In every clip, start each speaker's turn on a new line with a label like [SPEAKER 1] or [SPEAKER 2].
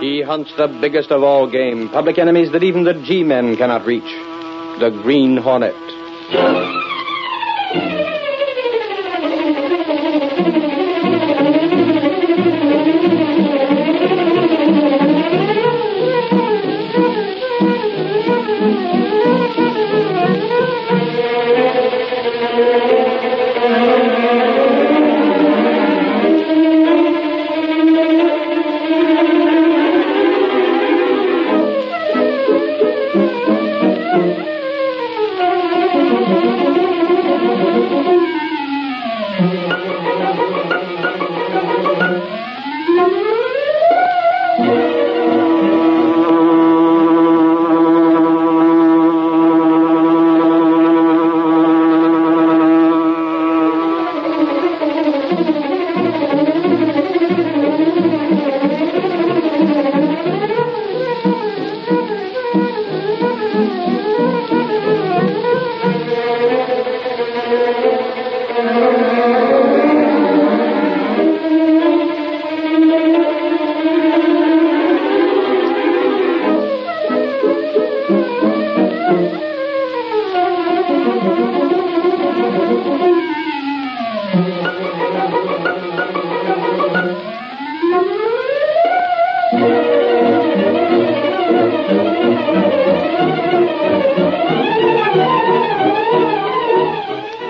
[SPEAKER 1] He hunts the biggest of all game, public enemies that even the G men cannot reach. The Green Hornet.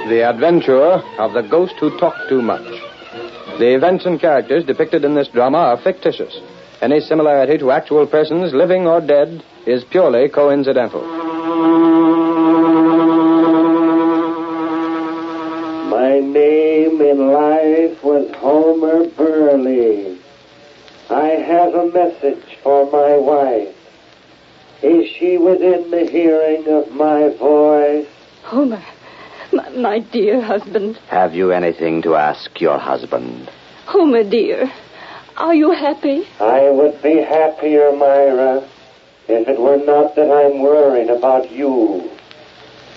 [SPEAKER 1] The Adventure of the Ghost Who Talked Too Much. The events and characters depicted in this drama are fictitious. Any similarity to actual persons, living or dead, is purely coincidental.
[SPEAKER 2] My name in life was Homer Burley. I have a message for my wife. Is she within the hearing of my voice?
[SPEAKER 3] Homer, my, my dear husband.
[SPEAKER 4] Have you anything to ask your husband?
[SPEAKER 3] Homer, dear, are you happy?
[SPEAKER 2] I would be happier, Myra, if it were not that I'm worried about you.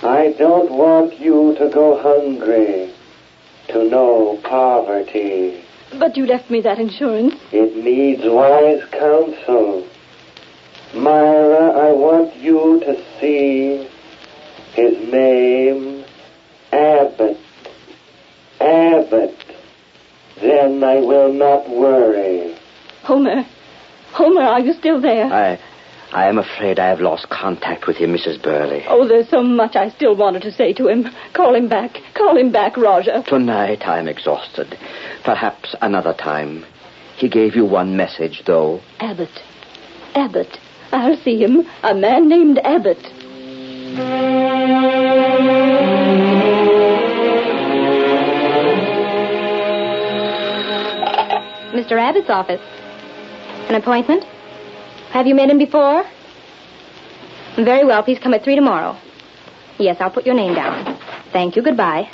[SPEAKER 2] I don't want you to go hungry, to know poverty.
[SPEAKER 3] But you left me that insurance.
[SPEAKER 2] It needs wise counsel. Myra, I want you to see his name, Abbott. Abbott. Then I will not worry.
[SPEAKER 3] Homer, Homer, are you still there?
[SPEAKER 4] I, I am afraid I have lost contact with you, Mrs. Burley.
[SPEAKER 3] Oh, there's so much I still wanted to say to him. Call him back. Call him back, Roger.
[SPEAKER 4] Tonight I am exhausted. Perhaps another time. He gave you one message, though.
[SPEAKER 3] Abbott. Abbott. I'll see him. A man named Abbott.
[SPEAKER 5] Mr. Abbott's office. An appointment? Have you met him before? Very well. Please come at three tomorrow. Yes, I'll put your name down. Thank you. Goodbye.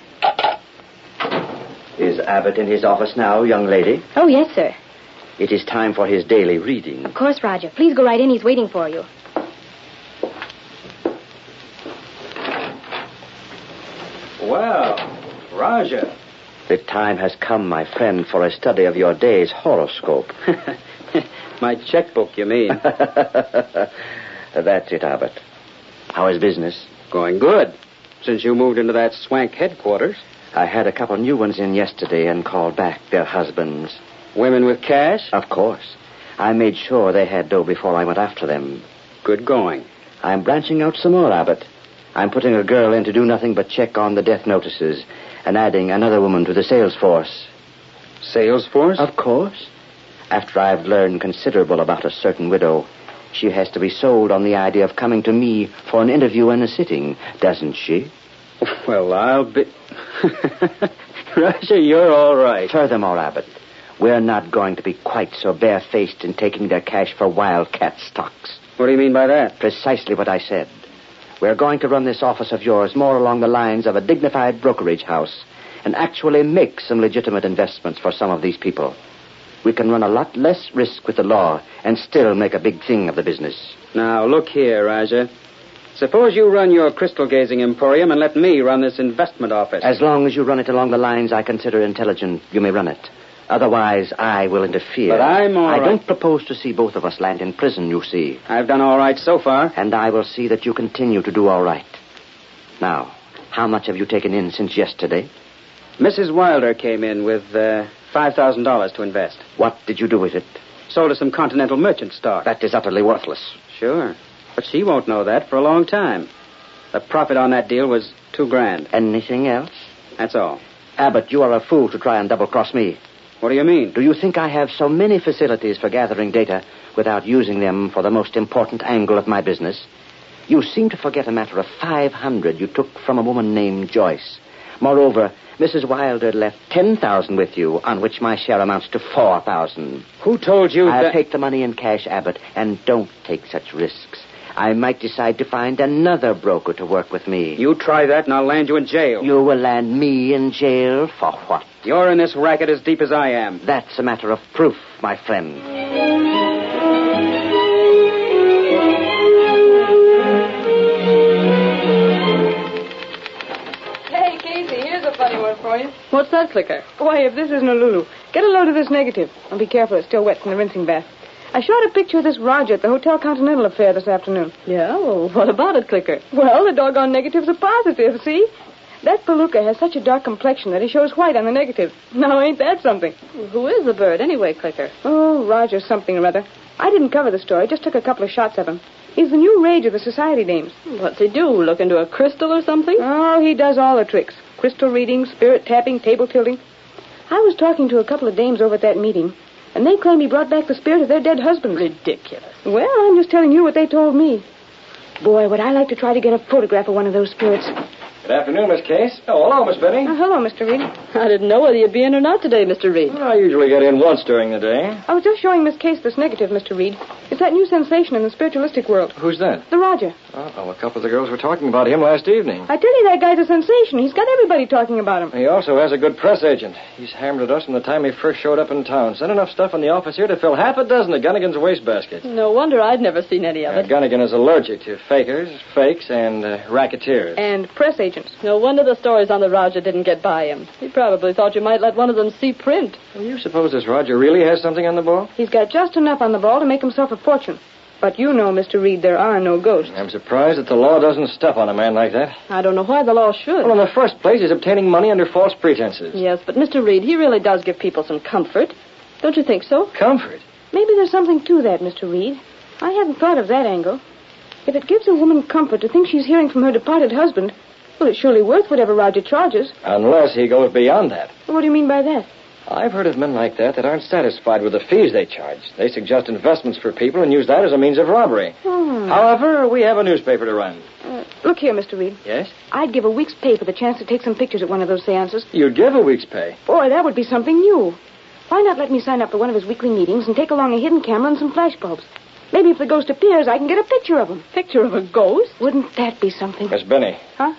[SPEAKER 4] Is Abbott in his office now, young lady?
[SPEAKER 5] Oh, yes, sir.
[SPEAKER 4] It is time for his daily reading.
[SPEAKER 5] Of course, Roger. Please go right in. He's waiting for you.
[SPEAKER 1] Well, Roger.
[SPEAKER 4] The time has come, my friend, for a study of your day's horoscope.
[SPEAKER 1] My checkbook, you mean?
[SPEAKER 4] That's it, Abbott. How is business?
[SPEAKER 1] Going good. Since you moved into that swank headquarters.
[SPEAKER 4] I had a couple new ones in yesterday and called back their husbands.
[SPEAKER 1] Women with cash?
[SPEAKER 4] Of course. I made sure they had dough before I went after them.
[SPEAKER 1] Good going.
[SPEAKER 4] I'm branching out some more, Abbott. I'm putting a girl in to do nothing but check on the death notices and adding another woman to the sales force.
[SPEAKER 1] Sales force?
[SPEAKER 4] Of course. After I've learned considerable about a certain widow, she has to be sold on the idea of coming to me for an interview and a sitting, doesn't she?
[SPEAKER 1] Well, I'll be. Roger, you're all right.
[SPEAKER 4] Furthermore, Abbott, we're not going to be quite so barefaced in taking their cash for wildcat stocks. What do you mean by that? Precisely what I said. We're going to run this office of yours more along the lines of a dignified brokerage house and actually make some legitimate investments for some of these people. We can run a lot less risk with the law and still make a big thing of the business.
[SPEAKER 6] Now, look here, Raja. Suppose you run your crystal gazing emporium and let me run this investment office.
[SPEAKER 4] As long as you run it along the lines I consider intelligent, you may run it. Otherwise, I will interfere.
[SPEAKER 6] But I'm all
[SPEAKER 4] I
[SPEAKER 6] right.
[SPEAKER 4] don't propose to see both of us land in prison, you see.
[SPEAKER 6] I've done all right so far.
[SPEAKER 4] And I will see that you continue to do all right. Now, how much have you taken in since yesterday?
[SPEAKER 6] Mrs. Wilder came in with uh, $5,000 to invest.
[SPEAKER 4] What did you do with it?
[SPEAKER 6] Sold her some Continental merchant stock.
[SPEAKER 4] That is utterly worthless.
[SPEAKER 6] Sure. But she won't know that for a long time. The profit on that deal was two grand.
[SPEAKER 4] Anything else?
[SPEAKER 6] That's all.
[SPEAKER 4] Abbott, you are a fool to try and double cross me.
[SPEAKER 6] What do you mean?
[SPEAKER 4] Do you think I have so many facilities for gathering data without using them for the most important angle of my business? You seem to forget a matter of 500 you took from a woman named Joyce. Moreover, Mrs. Wilder left 10,000 with you, on which my share amounts to 4,000.
[SPEAKER 6] Who told you
[SPEAKER 4] I'll
[SPEAKER 6] that?
[SPEAKER 4] take the money in cash, Abbott, and don't take such risks. I might decide to find another broker to work with me.
[SPEAKER 6] You try that and I'll land you in jail.
[SPEAKER 4] You will land me in jail for what?
[SPEAKER 6] You're in this racket as deep as I am.
[SPEAKER 4] That's a matter of proof, my friend.
[SPEAKER 7] Hey, Casey, here's a funny one for you.
[SPEAKER 8] What's that flicker? Why, if this isn't a Lulu, get a load of this negative. And be careful, it's still wet from the rinsing bath. I shot a picture of this Roger at the Hotel Continental affair this afternoon.
[SPEAKER 7] Yeah, well, what about it, Clicker?
[SPEAKER 8] Well, the doggone negative's a positive, see? That Palooka has such a dark complexion that he shows white on the negative. Now, ain't that something?
[SPEAKER 7] Who is the bird anyway, Clicker?
[SPEAKER 8] Oh, Roger something or other. I didn't cover the story, just took a couple of shots of him. He's the new rage of the society dames.
[SPEAKER 7] What's he do? Look into a crystal or something?
[SPEAKER 8] Oh, he does all the tricks crystal reading, spirit tapping, table tilting. I was talking to a couple of dames over at that meeting, and they claim he brought back the spirit of their dead husbands.
[SPEAKER 7] Ridiculous.
[SPEAKER 8] Well, I'm just telling you what they told me. Boy, would I like to try to get a photograph of one of those spirits.
[SPEAKER 6] Good afternoon, Miss Case. Oh, hello, Miss Benny.
[SPEAKER 8] Oh, hello, Mr. Reed.
[SPEAKER 7] I didn't know whether you'd be in or not today, Mr. Reed.
[SPEAKER 6] I usually get in once during the day.
[SPEAKER 8] Oh, I was just showing Miss Case this negative, Mr. Reed. It's that new sensation in the spiritualistic world.
[SPEAKER 6] Who's that?
[SPEAKER 8] The Roger.
[SPEAKER 6] Oh, a couple of the girls were talking about him last evening.
[SPEAKER 8] I tell you, that guy's a sensation. He's got everybody talking about him.
[SPEAKER 6] He also has a good press agent. He's hammered at us from the time he first showed up in town. Sent enough stuff in the office here to fill half a dozen of Gunnigan's wastebasket.
[SPEAKER 7] No wonder I'd never seen any of
[SPEAKER 6] Uh,
[SPEAKER 7] it.
[SPEAKER 6] Gunnigan is allergic to fakers, fakes, and uh, racketeers.
[SPEAKER 8] And press agents.
[SPEAKER 7] No wonder the stories on the Roger didn't get by him. He probably thought you might let one of them see print.
[SPEAKER 6] Do you suppose this Roger really has something on the ball?
[SPEAKER 8] He's got just enough on the ball to make himself a fortune. But you know, Mr. Reed, there are no ghosts.
[SPEAKER 6] I'm surprised that the law doesn't step on a man like that.
[SPEAKER 7] I don't know why the law should.
[SPEAKER 6] Well, in the first place, he's obtaining money under false pretenses.
[SPEAKER 7] Yes, but Mr. Reed, he really does give people some comfort. Don't you think so?
[SPEAKER 6] Comfort.
[SPEAKER 8] Maybe there's something to that, Mr. Reed. I hadn't thought of that angle. If it gives a woman comfort to think she's hearing from her departed husband, well, it's surely worth whatever Roger charges.
[SPEAKER 6] Unless he goes beyond that.
[SPEAKER 8] What do you mean by that?
[SPEAKER 6] I've heard of men like that that aren't satisfied with the fees they charge. They suggest investments for people and use that as a means of robbery.
[SPEAKER 7] Hmm.
[SPEAKER 6] However, we have a newspaper to run.
[SPEAKER 8] Hmm. Uh, Look here, Mr. Reed.
[SPEAKER 6] Yes?
[SPEAKER 8] I'd give a week's pay for the chance to take some pictures at one of those seances.
[SPEAKER 6] You'd give a week's pay.
[SPEAKER 8] Boy, that would be something new. Why not let me sign up for one of his weekly meetings and take along a hidden camera and some flashbulbs? Maybe if the ghost appears, I can get a picture of him.
[SPEAKER 7] Picture of a ghost?
[SPEAKER 8] Wouldn't that be something?
[SPEAKER 6] Miss Benny.
[SPEAKER 8] Huh?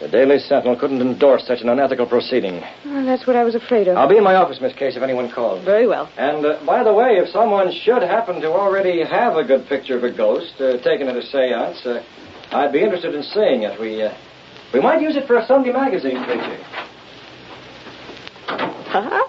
[SPEAKER 6] The Daily Sentinel couldn't endorse such an unethical proceeding.
[SPEAKER 8] Well, that's what I was afraid of.
[SPEAKER 6] I'll be in my office, Miss Case, if anyone calls.
[SPEAKER 7] Very well.
[SPEAKER 6] And uh, by the way, if someone should happen to already have a good picture of a ghost uh, taken at a séance, uh, I'd be interested in seeing it. We uh, we might use it for a Sunday magazine picture.
[SPEAKER 8] Uh-huh.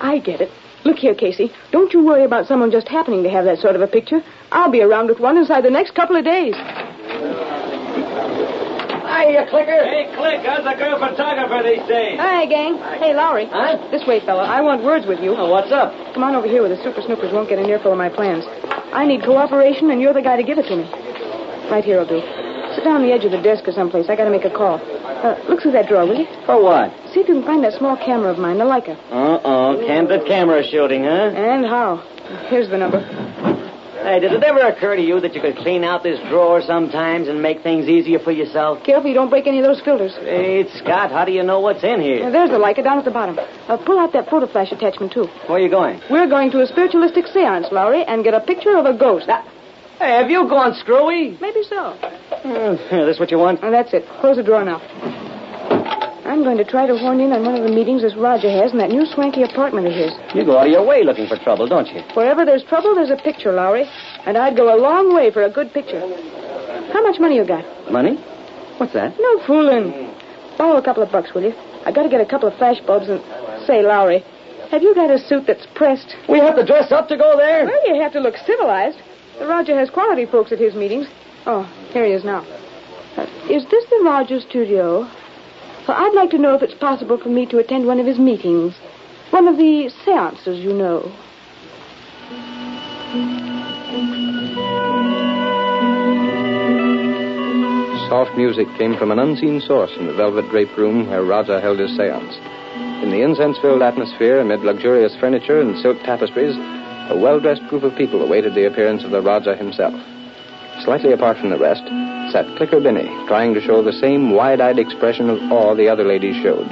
[SPEAKER 8] I get it. Look here, Casey. Don't you worry about someone just happening to have that sort of a picture. I'll be around with one inside the next couple of days.
[SPEAKER 6] Hiya, Clicker. Hey, Click, how's the girl photographer these days?
[SPEAKER 8] Hi, gang. Hey, Lowry.
[SPEAKER 6] Huh?
[SPEAKER 8] This way, fella. I want words with you.
[SPEAKER 6] Oh, what's up?
[SPEAKER 8] Come on over here where the super snoopers won't get an earful of my plans. I need cooperation, and you're the guy to give it to me. Right here will do. Sit down on the edge of the desk or someplace. I gotta make a call. Uh, look through that drawer, will you?
[SPEAKER 6] For what?
[SPEAKER 8] See if you can find that small camera of mine, the Leica.
[SPEAKER 6] Uh-oh, candid camera shooting, huh?
[SPEAKER 8] And how? Here's the number.
[SPEAKER 4] Hey, did it ever occur to you that you could clean out this drawer sometimes and make things easier for yourself?
[SPEAKER 8] Careful you don't break any of those filters.
[SPEAKER 4] Hey, Scott, how do you know what's in
[SPEAKER 8] Now,
[SPEAKER 4] here?
[SPEAKER 8] there's the Leica down at the bottom. Uh, pull out that photo flash attachment, too.
[SPEAKER 4] Where are you going?
[SPEAKER 8] We're going to a spiritualistic seance, Lowry, and get a picture of a ghost.
[SPEAKER 9] Hey, have you gone screwy?
[SPEAKER 8] Maybe so.
[SPEAKER 4] Uh, this what you want?
[SPEAKER 8] Well, that's it. Close the drawer now. I'm going to try to horn in on one of the meetings this Roger has in that new swanky apartment of his.
[SPEAKER 4] You go out of your way looking for trouble, don't you?
[SPEAKER 8] Wherever there's trouble, there's a picture, Lowry. And I'd go a long way for a good picture. How much money you got?
[SPEAKER 4] Money? What's that?
[SPEAKER 8] No fooling. Borrow a couple of bucks, will you? I gotta get a couple of flash bulbs and say, Lowry, have you got a suit that's pressed?
[SPEAKER 4] We have to dress up to go there.
[SPEAKER 8] Well, you have to look civilized. The Roger has quality folks at his meetings. Oh, here he is now. Uh, is this the Roger studio? Well, I'd like to know if it's possible for me to attend one of his meetings. One of the seances, you know.
[SPEAKER 1] Soft music came from an unseen source in the velvet draped room where Raja held his seance. In the incense filled atmosphere, amid luxurious furniture and silk tapestries, a well dressed group of people awaited the appearance of the Raja himself. Slightly apart from the rest sat Clicker Binney, trying to show the same wide eyed expression of awe the other ladies showed.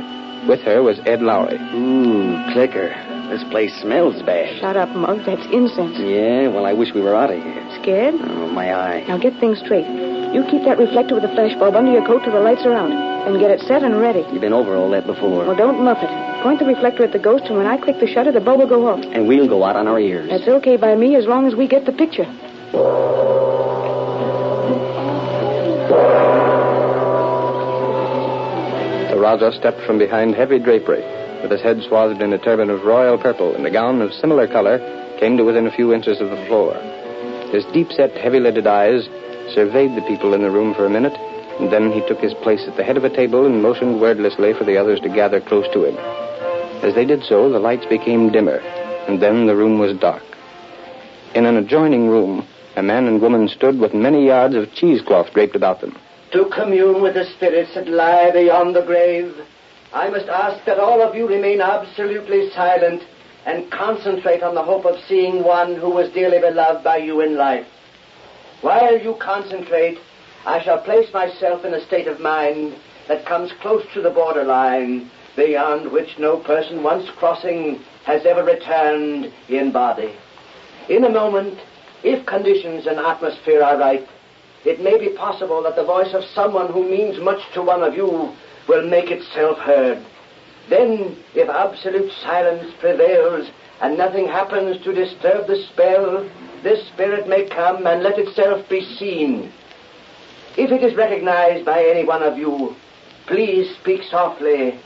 [SPEAKER 1] With her was Ed Lowry.
[SPEAKER 4] Ooh, clicker. This place smells bad.
[SPEAKER 8] Shut up, Mug. That's incense.
[SPEAKER 4] Yeah, well, I wish we were out of here.
[SPEAKER 8] Scared?
[SPEAKER 4] Oh, my eye.
[SPEAKER 8] Now get things straight. You keep that reflector with the flash bulb under your coat till the lights are out. Then get it set and ready.
[SPEAKER 4] You've been over all that before.
[SPEAKER 8] Well, don't muff it. Point the reflector at the ghost, and when I click the shutter, the bulb will go off.
[SPEAKER 4] And we'll go out on our ears.
[SPEAKER 8] That's okay by me as long as we get the picture.
[SPEAKER 1] The Raja stepped from behind heavy drapery. With his head swathed in a turban of royal purple and a gown of similar color, came to within a few inches of the floor. His deep set, heavy lidded eyes surveyed the people in the room for a minute, and then he took his place at the head of a table and motioned wordlessly for the others to gather close to him. As they did so, the lights became dimmer, and then the room was dark. In an adjoining room, a man and woman stood with many yards of cheesecloth draped about them.
[SPEAKER 10] To commune with the spirits that lie beyond the grave, I must ask that all of you remain absolutely silent and concentrate on the hope of seeing one who was dearly beloved by you in life. While you concentrate, I shall place myself in a state of mind that comes close to the borderline, beyond which no person once crossing has ever returned in body. In a moment, if conditions and atmosphere are right, it may be possible that the voice of someone who means much to one of you will make itself heard. Then, if absolute silence prevails and nothing happens to disturb the spell, this spirit may come and let itself be seen. If it is recognized by any one of you, please speak softly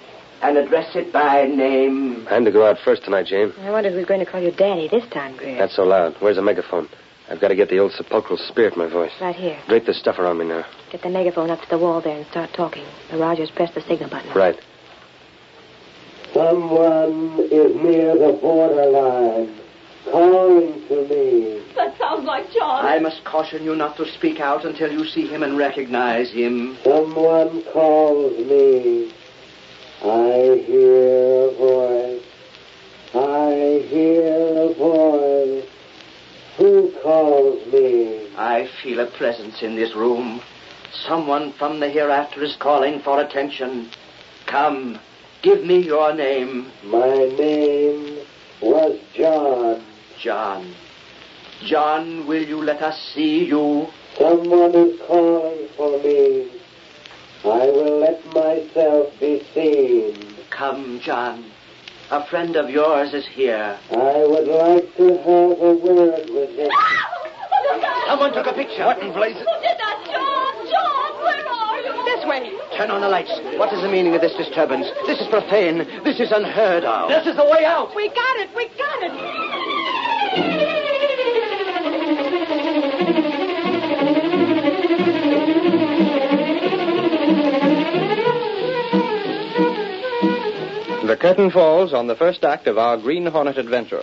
[SPEAKER 10] and address it by name.
[SPEAKER 1] I'm to go out first tonight, Jane.
[SPEAKER 11] I wondered if we were going to call you Daddy this time, Greer.
[SPEAKER 1] That's so loud. Where's the megaphone? I've got to get the old sepulchral spirit in my voice.
[SPEAKER 11] Right here.
[SPEAKER 1] Drape the stuff around me now.
[SPEAKER 11] Get the megaphone up to the wall there and start talking. The Rogers pressed the signal button.
[SPEAKER 1] Right.
[SPEAKER 2] Someone is near the borderline, calling to me.
[SPEAKER 7] That sounds like John.
[SPEAKER 10] I must caution you not to speak out until you see him and recognize him.
[SPEAKER 2] Someone calls me. I hear a voice. I hear a voice. Who calls me?
[SPEAKER 10] I feel a presence in this room. Someone from the hereafter is calling for attention. Come, give me your name,
[SPEAKER 2] My name was John.
[SPEAKER 10] John. John, will you let us see you?
[SPEAKER 2] Someone is calling for me. I will let myself be seen.
[SPEAKER 10] Come, John. A friend of yours is here.
[SPEAKER 2] I would like to have a word with you.
[SPEAKER 10] Someone took a picture. What in blazes?
[SPEAKER 7] Who did that? John! John, where are you? This way.
[SPEAKER 10] Turn on the lights. What is the meaning of this disturbance? This is profane. This is unheard of. This is the way out.
[SPEAKER 7] We got it. We got it.
[SPEAKER 1] The curtain falls on the first act of our Green Hornet adventure.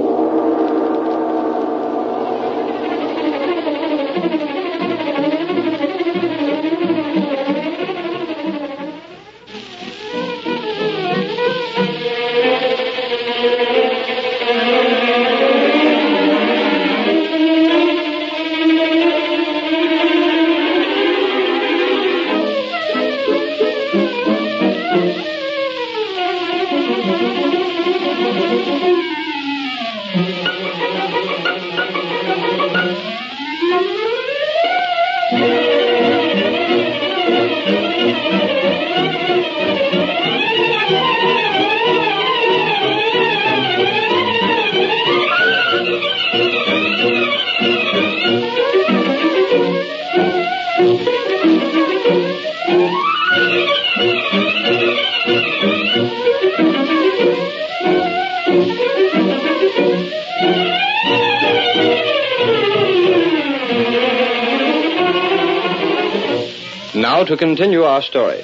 [SPEAKER 1] Now, to continue our story.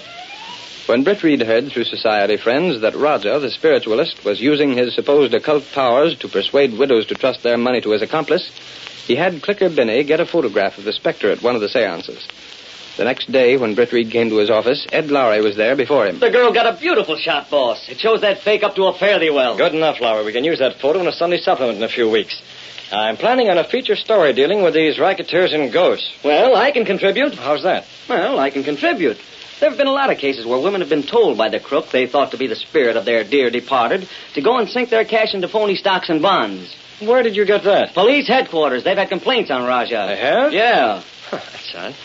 [SPEAKER 1] When Britt Reed heard through society friends that Roger, the spiritualist, was using his supposed occult powers to persuade widows to trust their money to his accomplice, he had Clicker Binney get a photograph of the specter at one of the seances. The next day, when Britt Reed came to his office, Ed Lowry was there before him.
[SPEAKER 12] The girl got a beautiful shot, boss. It shows that fake up to a fairly well.
[SPEAKER 6] Good enough, Lowry. We can use that photo in a Sunday supplement in a few weeks. I'm planning on a feature story dealing with these racketeers and ghosts.
[SPEAKER 12] Well, I can contribute.
[SPEAKER 6] How's that?
[SPEAKER 12] Well, I can contribute. There have been a lot of cases where women have been told by the crook they thought to be the spirit of their dear departed to go and sink their cash into phony stocks and bonds.
[SPEAKER 6] Where did you get that?
[SPEAKER 12] Police headquarters. They've had complaints on Raja.
[SPEAKER 6] They have?
[SPEAKER 12] Yeah.
[SPEAKER 6] Huh, that's odd.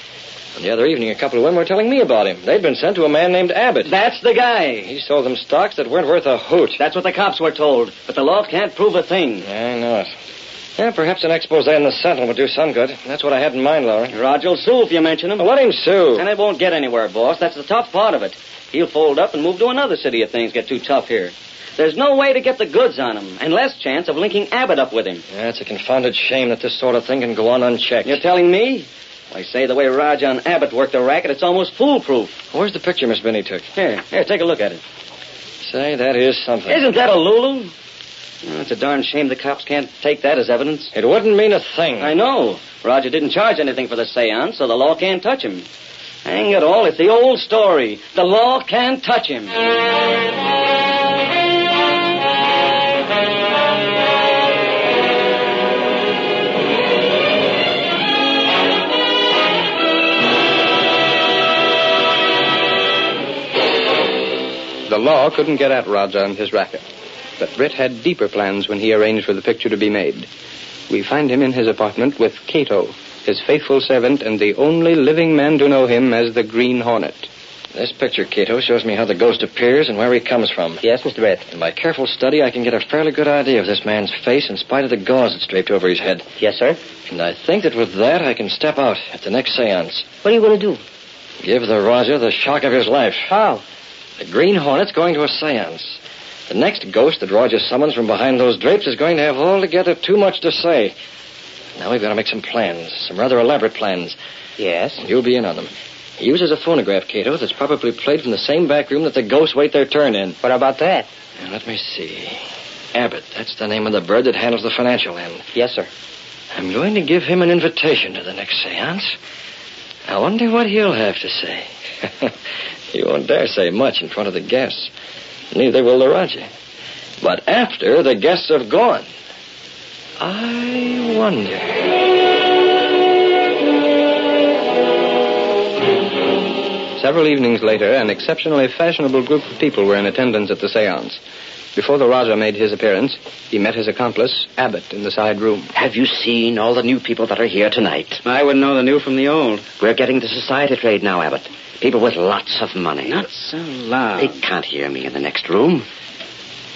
[SPEAKER 6] And the other evening, a couple of women were telling me about him. They'd been sent to a man named Abbott.
[SPEAKER 12] That's the guy.
[SPEAKER 6] He sold them stocks that weren't worth a hoot.
[SPEAKER 12] That's what the cops were told. But the law can't prove a thing.
[SPEAKER 6] Yeah, I know it. Yeah, perhaps an expose in the Sentinel would do some good. That's what I had in mind, Laura.
[SPEAKER 12] Roger'll sue if you mention him.
[SPEAKER 6] Well, let him sue.
[SPEAKER 12] And it won't get anywhere, boss. That's the tough part of it. He'll fold up and move to another city if things get too tough here. There's no way to get the goods on him, and less chance of linking Abbott up with him.
[SPEAKER 6] Yeah, it's a confounded shame that this sort of thing can go on unchecked.
[SPEAKER 12] You're telling me? I say the way Roger and Abbott worked the racket, it's almost foolproof.
[SPEAKER 6] Where's the picture Miss Binney took?
[SPEAKER 12] Here, here, take a look at it.
[SPEAKER 6] Say, that is something.
[SPEAKER 12] Isn't that a Lulu? Well, it's a darn shame the cops can't take that as evidence.
[SPEAKER 6] It wouldn't mean a thing.
[SPEAKER 12] I know. Roger didn't charge anything for the seance, so the law can't touch him. Hang it all, it's the old story. The law can't touch him.
[SPEAKER 1] The law couldn't get at Roger and his racket. But Britt had deeper plans when he arranged for the picture to be made. We find him in his apartment with Cato, his faithful servant and the only living man to know him as the Green Hornet.
[SPEAKER 6] This picture, Cato, shows me how the ghost appears and where he comes from.
[SPEAKER 4] Yes, Mr. Britt.
[SPEAKER 6] And by careful study, I can get a fairly good idea of this man's face in spite of the gauze that's draped over his head.
[SPEAKER 4] Yes, sir.
[SPEAKER 6] And I think that with that, I can step out at the next seance.
[SPEAKER 4] What are you going to do?
[SPEAKER 6] Give the Roger the shock of his life.
[SPEAKER 4] How?
[SPEAKER 6] The Green Hornet's going to a seance. The next ghost that Roger summons from behind those drapes is going to have altogether too much to say. Now we've got to make some plans, some rather elaborate plans.
[SPEAKER 4] Yes?
[SPEAKER 6] You'll be in on them. He uses a phonograph, Cato, that's probably played from the same back room that the ghosts wait their turn in.
[SPEAKER 4] What about that?
[SPEAKER 6] Now, let me see. Abbott, that's the name of the bird that handles the financial end.
[SPEAKER 4] Yes, sir.
[SPEAKER 6] I'm going to give him an invitation to the next seance. I wonder what he'll have to say. he won't dare say much in front of the guests. Neither will the Roger. But after the guests have gone, I wonder.
[SPEAKER 1] Several evenings later, an exceptionally fashionable group of people were in attendance at the seance. Before the Raja made his appearance, he met his accomplice, Abbott, in the side room.
[SPEAKER 4] Have you seen all the new people that are here tonight?
[SPEAKER 12] I wouldn't know the new from the old.
[SPEAKER 4] We're getting the society trade now, Abbott. People with lots of money.
[SPEAKER 12] Not so loud.
[SPEAKER 4] They can't hear me in the next room.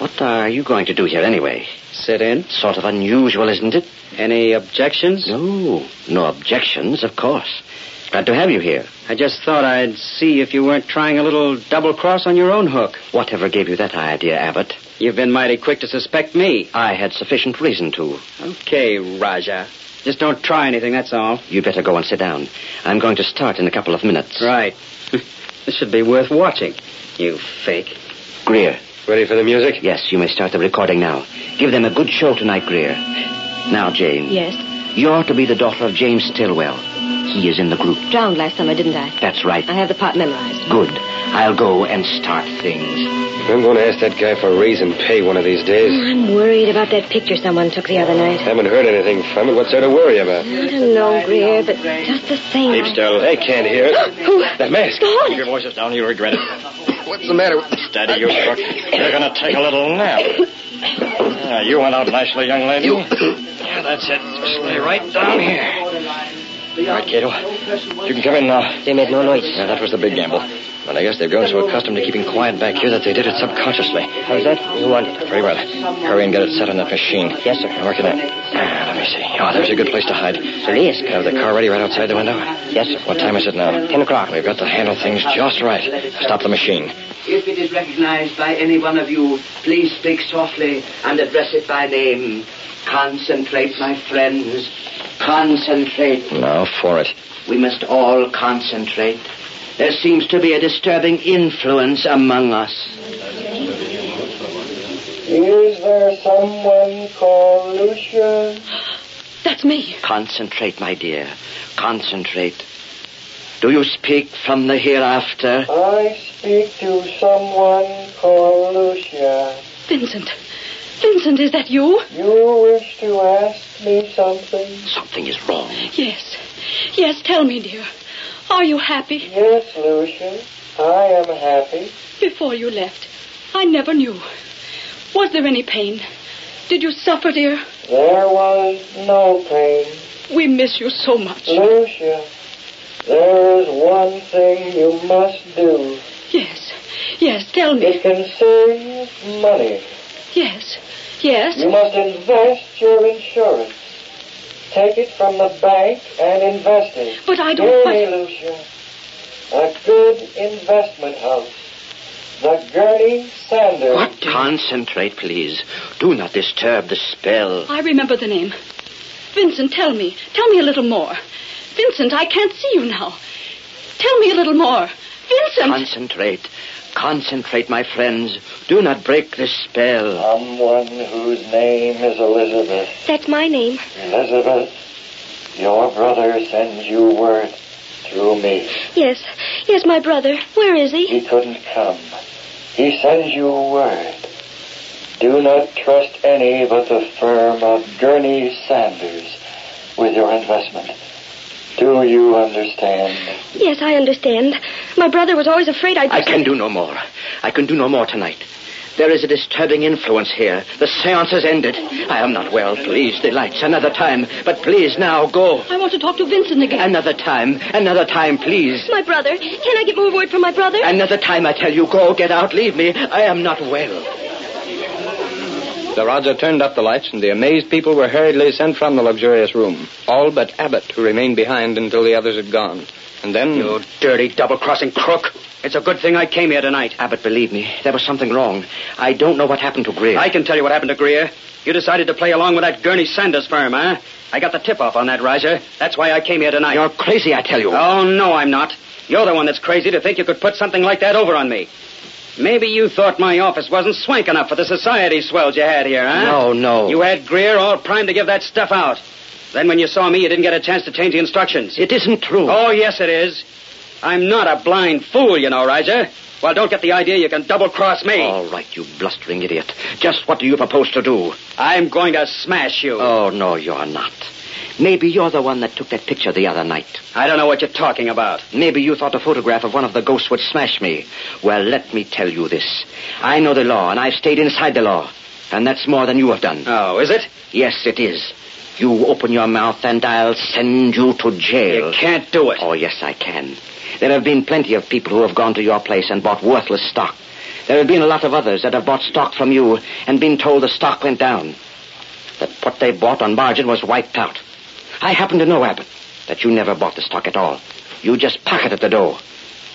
[SPEAKER 4] What are you going to do here anyway?
[SPEAKER 12] Sit in.
[SPEAKER 4] Sort of unusual, isn't it?
[SPEAKER 12] Any objections?
[SPEAKER 4] No, no objections, of course. Glad to have you here.
[SPEAKER 12] I just thought I'd see if you weren't trying a little double cross on your own hook.
[SPEAKER 4] Whatever gave you that idea, Abbott?
[SPEAKER 12] You've been mighty quick to suspect me.
[SPEAKER 4] I had sufficient reason to.
[SPEAKER 12] Okay, Raja. Just don't try anything, that's all.
[SPEAKER 4] You'd better go and sit down. I'm going to start in a couple of minutes.
[SPEAKER 12] Right. this should be worth watching. You fake.
[SPEAKER 4] Greer.
[SPEAKER 6] Ready for the music?
[SPEAKER 4] Yes, you may start the recording now. Give them a good show tonight, Greer. Now, Jane.
[SPEAKER 11] Yes?
[SPEAKER 4] You're to be the daughter of James Stillwell. He is in the group.
[SPEAKER 11] Drowned last summer, didn't I?
[SPEAKER 4] That's right.
[SPEAKER 11] I have the part memorized.
[SPEAKER 4] Good. I'll go and start things.
[SPEAKER 6] I'm going to ask that guy for a raise and pay one of these days.
[SPEAKER 11] Oh, I'm worried about that picture someone took the other night.
[SPEAKER 6] Haven't heard anything from it. What's there to worry about?
[SPEAKER 11] I don't know, Greer, but just the same.
[SPEAKER 6] Keep still. They can't hear it.
[SPEAKER 11] Who?
[SPEAKER 6] That mask.
[SPEAKER 11] The hornet.
[SPEAKER 6] Keep your voices down. You'll regret it. What's the matter? Steady, you crook. You're going to take a little nap. Yeah, you went out nicely, young lady. Yeah, that's it. Just lay right down here. All right, Cato. You can come in now.
[SPEAKER 4] They made no noise.
[SPEAKER 6] Yeah, that was the big gamble. But I guess they've grown so accustomed to keeping quiet back here that they did it subconsciously.
[SPEAKER 4] How's that? You want it?
[SPEAKER 6] Very well. Hurry and get it set on that machine.
[SPEAKER 4] Yes, sir.
[SPEAKER 6] Work it in. Ah, let me see. Oh, there's a good place to hide.
[SPEAKER 4] Certainly is.
[SPEAKER 6] Have the car ready right outside the window?
[SPEAKER 4] Yes, sir.
[SPEAKER 6] What time is it now?
[SPEAKER 4] Ten o'clock.
[SPEAKER 6] We've got to handle things just right. Stop the machine.
[SPEAKER 10] If it is recognized by any one of you, please speak softly and address it by name. Concentrate, my friends. Concentrate.
[SPEAKER 6] Now for it.
[SPEAKER 10] We must all concentrate.
[SPEAKER 4] There seems to be a disturbing influence among us.
[SPEAKER 13] Is there someone called Lucia?
[SPEAKER 7] That's me.
[SPEAKER 4] Concentrate, my dear. Concentrate. Do you speak from the hereafter?
[SPEAKER 13] I speak to someone called Lucia.
[SPEAKER 7] Vincent. Vincent, is that you?
[SPEAKER 13] You wish to ask me something?
[SPEAKER 4] Something is wrong.
[SPEAKER 7] Yes. Yes, tell me, dear. Are you happy?
[SPEAKER 13] Yes, Lucian. I am happy.
[SPEAKER 7] Before you left, I never knew. Was there any pain? Did you suffer, dear?
[SPEAKER 13] There was no pain.
[SPEAKER 7] We miss you so much.
[SPEAKER 13] Lucia, there is one thing you must do.
[SPEAKER 7] Yes. Yes, tell me.
[SPEAKER 13] It concerns money.
[SPEAKER 7] Yes. Yes.
[SPEAKER 13] You must invest your insurance. Take it from the bank and invest it.
[SPEAKER 7] But I don't.
[SPEAKER 13] Hear
[SPEAKER 7] I-
[SPEAKER 13] me, Lucia. A good investment house. The Gurney Sanders.
[SPEAKER 4] Concentrate, please. Do not disturb the spell.
[SPEAKER 7] I remember the name. Vincent, tell me. Tell me a little more. Vincent, I can't see you now. Tell me a little more. Vincent!
[SPEAKER 4] Concentrate. Concentrate, my friends. Do not break the spell.
[SPEAKER 13] Someone whose name is Elizabeth.
[SPEAKER 14] That's my name.
[SPEAKER 13] Elizabeth, your brother sends you word through me.
[SPEAKER 14] Yes. Yes, my brother. Where is he?
[SPEAKER 13] He couldn't come. He sends you word. Do not trust any but the firm of Gurney Sanders with your investment. Do you understand?
[SPEAKER 14] Yes, I understand. My brother was always afraid I'd.
[SPEAKER 4] I can do no more. I can do no more tonight. There is a disturbing influence here. The seance has ended. I am not well. Please, the lights. Another time. But please, now, go.
[SPEAKER 7] I want to talk to Vincent again.
[SPEAKER 4] Another time. Another time, please.
[SPEAKER 14] My brother. Can I get more word from my brother?
[SPEAKER 4] Another time, I tell you. Go. Get out. Leave me. I am not well.
[SPEAKER 1] The Roger turned up the lights, and the amazed people were hurriedly sent from the luxurious room. All but Abbott, who remained behind until the others had gone. And then.
[SPEAKER 4] You dirty double crossing crook. It's a good thing I came here tonight. Abbott, believe me, there was something wrong. I don't know what happened to Greer.
[SPEAKER 12] I can tell you what happened to Greer. You decided to play along with that Gurney Sanders firm, huh? I got the tip off on that, Roger. That's why I came here tonight.
[SPEAKER 4] You're crazy, I tell you.
[SPEAKER 12] Oh, no, I'm not. You're the one that's crazy to think you could put something like that over on me. Maybe you thought my office wasn't swank enough for the society swells you had here, huh?
[SPEAKER 4] No, no.
[SPEAKER 12] You had Greer all primed to give that stuff out. Then when you saw me, you didn't get a chance to change the instructions.
[SPEAKER 4] It isn't true.
[SPEAKER 12] Oh, yes, it is. I'm not a blind fool, you know, Roger. Well, don't get the idea you can double cross me.
[SPEAKER 4] All right, you blustering idiot. Just what do you propose to do?
[SPEAKER 12] I'm going to smash you.
[SPEAKER 4] Oh, no, you're not. Maybe you're the one that took that picture the other night.
[SPEAKER 12] I don't know what you're talking about.
[SPEAKER 4] Maybe you thought a photograph of one of the ghosts would smash me. Well, let me tell you this. I know the law, and I've stayed inside the law. And that's more than you have done.
[SPEAKER 12] Oh, is it?
[SPEAKER 4] Yes, it is. You open your mouth and I'll send you to jail.
[SPEAKER 12] You can't do it.
[SPEAKER 4] Oh, yes, I can. There have been plenty of people who have gone to your place and bought worthless stock. There have been a lot of others that have bought stock from you and been told the stock went down. That what they bought on margin was wiped out. I happen to know, Abbott, that you never bought the stock at all. You just pocketed the dough.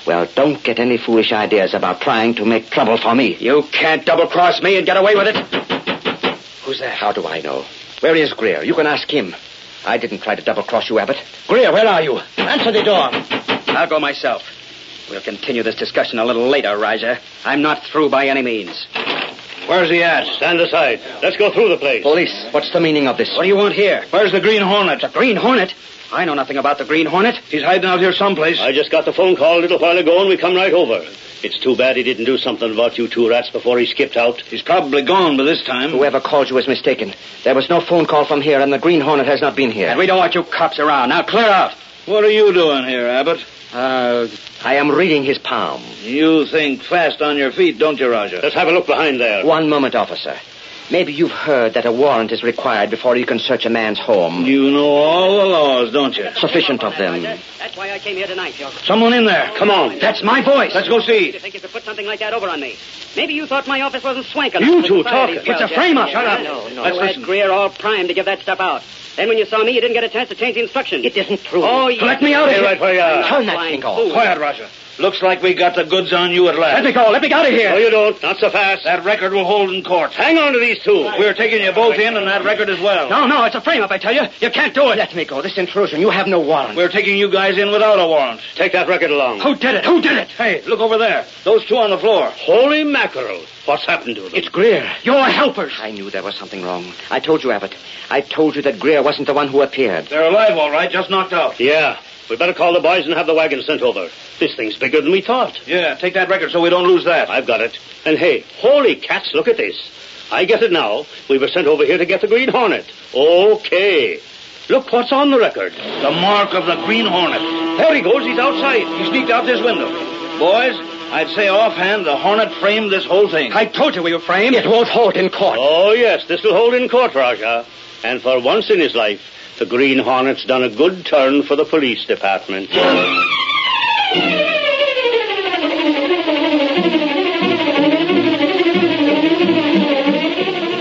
[SPEAKER 4] Well, don't get any foolish ideas about trying to make trouble for me.
[SPEAKER 12] You can't double cross me and get away with it.
[SPEAKER 4] Who's there? How do I know? Where is Greer? You can ask him. I didn't try to double cross you, Abbott. Greer, where are you? Answer the door.
[SPEAKER 12] I'll go myself. We'll continue this discussion a little later, Roger. I'm not through by any means.
[SPEAKER 15] Where's he at? Stand aside. Let's go through the place.
[SPEAKER 4] Police, what's the meaning of this?
[SPEAKER 12] What do you want here?
[SPEAKER 15] Where's the Green Hornet?
[SPEAKER 12] The Green Hornet? I know nothing about the Green Hornet.
[SPEAKER 15] He's hiding out here someplace. I just got the phone call a little while ago, and we come right over. It's too bad he didn't do something about you two rats before he skipped out. He's probably gone by this time.
[SPEAKER 4] Whoever called you was mistaken. There was no phone call from here, and the Green Hornet has not been here.
[SPEAKER 12] And we don't want you cops around. Now clear out.
[SPEAKER 15] What are you doing here, Abbott?
[SPEAKER 4] Uh, I am reading his palm.
[SPEAKER 15] You think fast on your feet, don't you, Roger? Let's have a look behind there.
[SPEAKER 4] One moment, officer. Maybe you've heard that a warrant is required before you can search a man's home.
[SPEAKER 15] You know all the laws, don't you?
[SPEAKER 4] Sufficient of them.
[SPEAKER 12] That's why I came here tonight, Joe.
[SPEAKER 15] Someone in there. Come on.
[SPEAKER 12] That's my voice.
[SPEAKER 15] Let's go see.
[SPEAKER 12] You think you could put something like that over on me? Maybe you thought my office wasn't swank enough.
[SPEAKER 15] You
[SPEAKER 12] for
[SPEAKER 15] two
[SPEAKER 12] society
[SPEAKER 15] talking.
[SPEAKER 12] swell,
[SPEAKER 15] It's a
[SPEAKER 12] Jack.
[SPEAKER 15] frame-up.
[SPEAKER 12] Yeah,
[SPEAKER 15] Shut up.
[SPEAKER 12] I know, I know.
[SPEAKER 15] Let's
[SPEAKER 12] You had
[SPEAKER 15] listen.
[SPEAKER 12] Greer all primed to give that stuff out.
[SPEAKER 16] Then when you saw me, you didn't get a chance to change the instructions. It isn't true. Oh, you...
[SPEAKER 15] Let me out of
[SPEAKER 16] Stay
[SPEAKER 15] here.
[SPEAKER 16] right where you are.
[SPEAKER 15] Turn that thing off.
[SPEAKER 16] Quiet, Roger.
[SPEAKER 15] Looks like we got the goods on you at last.
[SPEAKER 16] Let me go. Let me out of here.
[SPEAKER 15] No, you don't. Not so fast. That record will hold in court. Hang on to these two. We're taking you both in and that record as well.
[SPEAKER 16] No, no, it's a frame-up, I tell you. You can't do it. Let me go. This intrusion. You have no warrant.
[SPEAKER 15] We're taking you guys in without a warrant. Take that record along.
[SPEAKER 16] Who did it? Who did it?
[SPEAKER 15] Hey, look over there. Those two on the floor. Holy mackerel. What's happened to them?
[SPEAKER 16] It's Greer. Your helpers.
[SPEAKER 4] I knew there was something wrong. I told you, Abbott. I told you that Greer wasn't the one who appeared.
[SPEAKER 15] They're alive, all right. Just knocked out. Yeah. We better call the boys and have the wagon sent over. This thing's bigger than we thought. Yeah, take that record so we don't lose that. I've got it. And hey, holy cats, look at this. I get it now. We were sent over here to get the Green Hornet. Okay. Look what's on the record. The mark of the Green Hornet. There he goes. He's outside. He sneaked out this window. Boys, I'd say offhand the Hornet framed this whole thing.
[SPEAKER 16] I told you we were framed.
[SPEAKER 15] It won't hold in court. Oh, yes, this will hold in court, Raja. And for once in his life, the Green Hornet's done a good turn for the police department.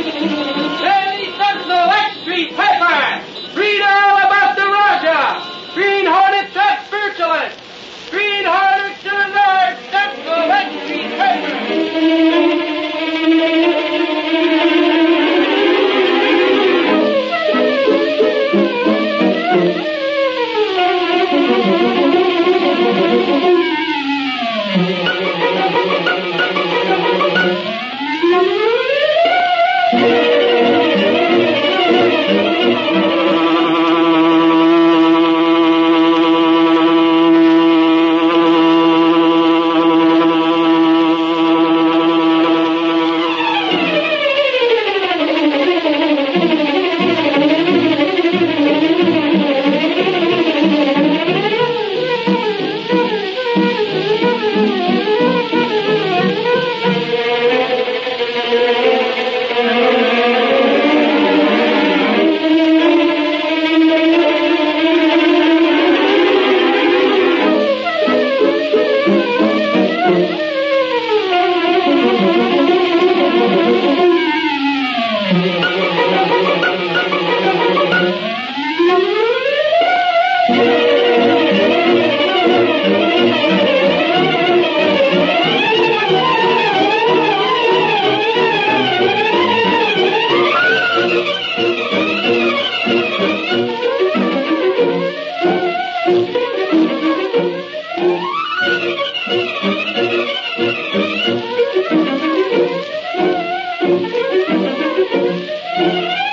[SPEAKER 17] Ladies of the West Street Paper, read all about the Raja. Green Hornet that virulent. Green Hornet to the north, that's the West Street Paper.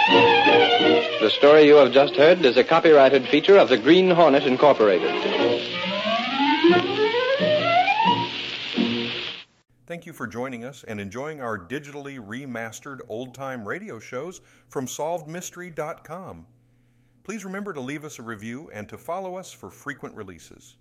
[SPEAKER 1] The story you have just heard is a copyrighted feature of the Green Hornet Incorporated.
[SPEAKER 18] Thank you for joining us and enjoying our digitally remastered old time radio shows from SolvedMystery.com. Please remember to leave us a review and to follow us for frequent releases.